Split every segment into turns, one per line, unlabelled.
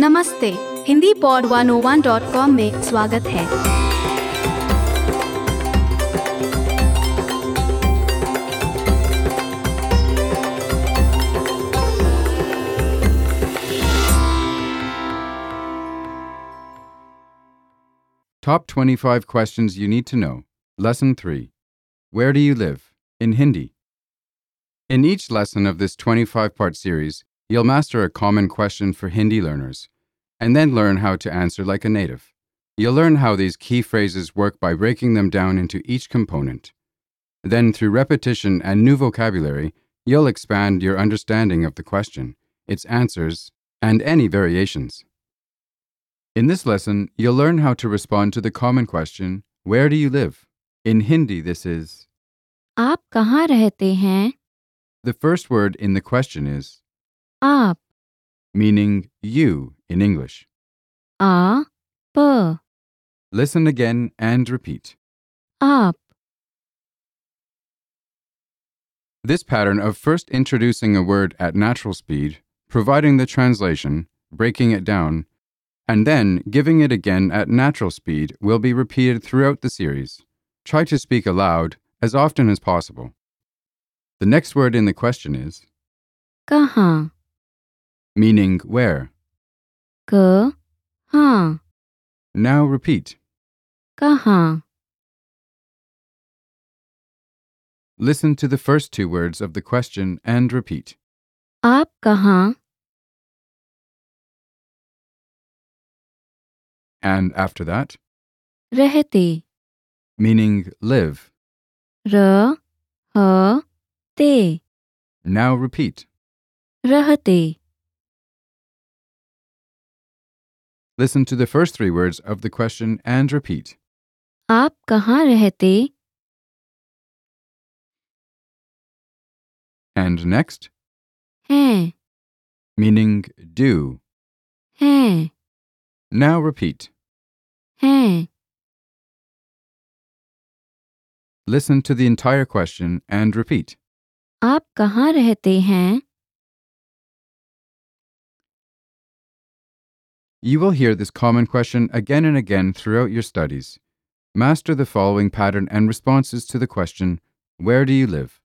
नमस्ते Hindi pod 101.com में स्वागत है
Top 25 Questions You Need to Know. Lesson 3. Where do you live? In Hindi. In each lesson of this 25 part series, you'll master a common question for Hindi learners and then learn how to answer like a native. You'll learn how these key phrases work by breaking them down into each component. Then, through repetition and new vocabulary, you'll expand your understanding of the question, its answers, and any variations. In this lesson, you'll learn how to respond to the common question, Where do you live? In Hindi, this is
आप कहाँ रहते हैं
the first word in the question is
आप
meaning you in English.
आ प
Listen again and repeat.
आप
This pattern of first introducing a word at natural speed, providing the translation, breaking it down, and then giving it again at natural speed will be repeated throughout the series. Try to speak aloud as often as possible. The next word in the question is
कहाँ
meaning where.
क हाँ
Now repeat.
कहाँ
Listen to the first two words of the question and repeat.
आप कहाँ
And after that,
रहते
meaning live.
र ह ते
Now repeat.
रहते
Listen to the first three words of the question and repeat.
आप कहाँ रहते
And next,
हैं
meaning do.
हैं
Now repeat.
हैं
Listen to the entire question and repeat.
आप कहाँ रहते हैं
You will hear this common question again and again throughout your studies. Master the following pattern and responses to the question Where do you live?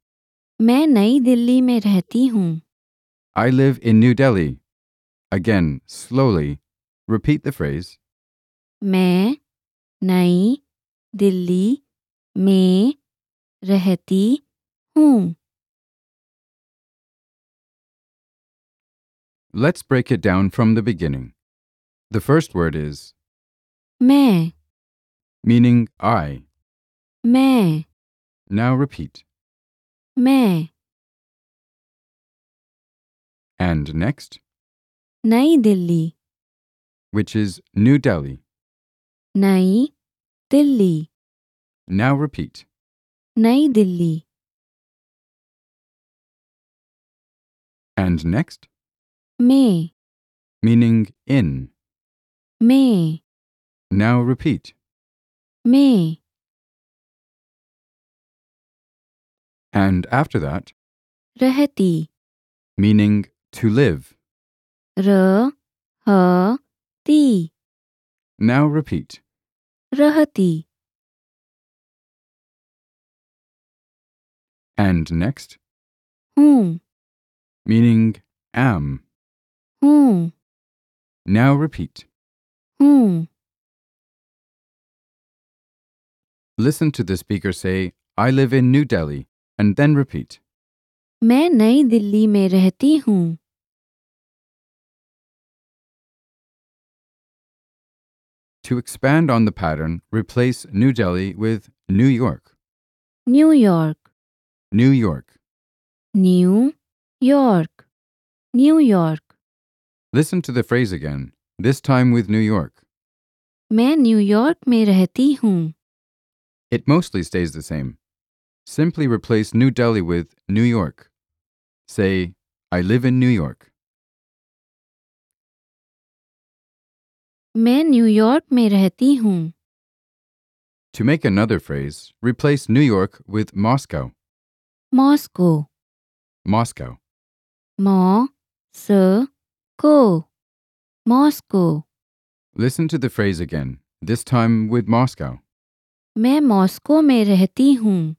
मैं नई दिल्ली में रहती हूँ
I live in New Delhi. Again, slowly, repeat the phrase.
मैं नई दिल्ली में रहती हूँ
Let's break it down from the beginning. The first word is
मैं
meaning I.
मैं
Now repeat.
मैं
And next,
नई Delhi
which is New Delhi.
नई दिल्ली
Now repeat.
नई दिल्ली
And next,
मैं
meaning in.
मैं
Now repeat.
मैं
And after that,
रहती
meaning to live.
र ह ती
Now repeat.
रहती
And next,
हूँ
meaning am.
हूँ
Now repeat.
हूँ
Listen to the speaker say, I live in New Delhi, and then repeat.
मैं नई दिल्ली में रहती हूँ
To expand on the pattern, replace New Delhi with New York.
New York
New York.
New York New York
Listen to the phrase again, this time with New York.
मैं New York में रहती हूँ
It mostly stays the same. Simply replace New Delhi with New York. Say, I live in New York.
मैं New York में रहती हूँ
To make another phrase, replace New York with Moscow.
Moscow
Moscow.
Moscow Moscow
Listen to the phrase again, this time with Moscow.
मैं Moscow में रहती हूँ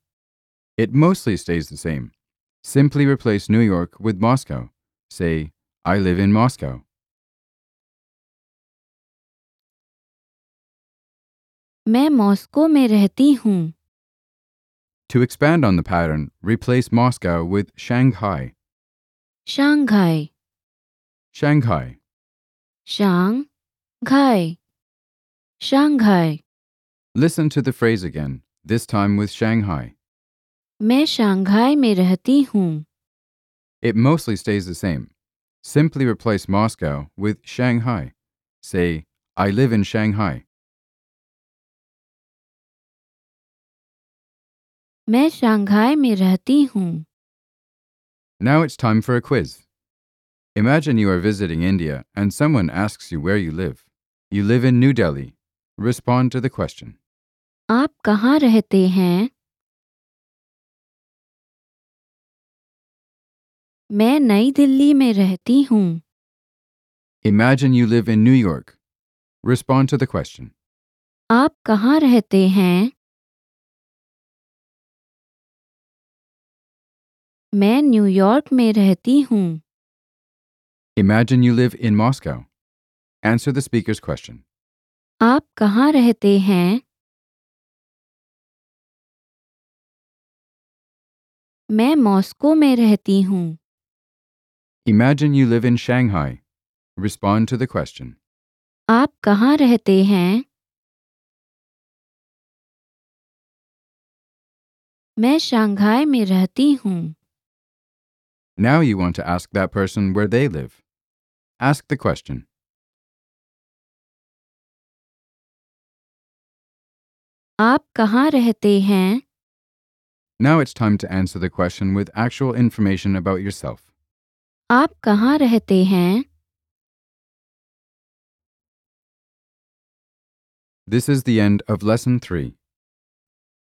It mostly stays the same. Simply replace New York with Moscow. Say, I live in Moscow.
मैं Moscow में रहती हूँ
To expand on the pattern, replace Moscow with Shanghai.
Shanghai
Shanghai.
Shanghai Shanghai
Listen to the phrase again, this time with Shanghai.
मैं Shanghai में रहती हूँ
It mostly stays the same. Simply replace Moscow with Shanghai. Say, I live in Shanghai.
मैं Shanghai में रहती हूँ
Now it's time for a quiz. Imagine you are visiting India and someone asks you where you live. You live in New Delhi. Respond to the question.
आप कहाँ रहते हैं मैं नई दिल्ली में रहती हूँ
Imagine you live in New York. Respond to the question.
आप कहाँ रहते हैं मैं न्यूयॉर्क में रहती हूँ
Imagine you live in Moscow. Answer the speaker's question.
आप कहाँ रहते हैं मैं मॉस्को में रहती हूँ
Imagine you live in Shanghai. Respond to the question.
आप कहाँ रहते हैं मैं शंघाई में रहती हूँ
Now you want to ask that person where they live. Ask the question.
आप कहाँ रहते हैं
Now it's time to answer the question with actual information about yourself.
आप कहाँ रहते हैं
This is the end of Lesson 3.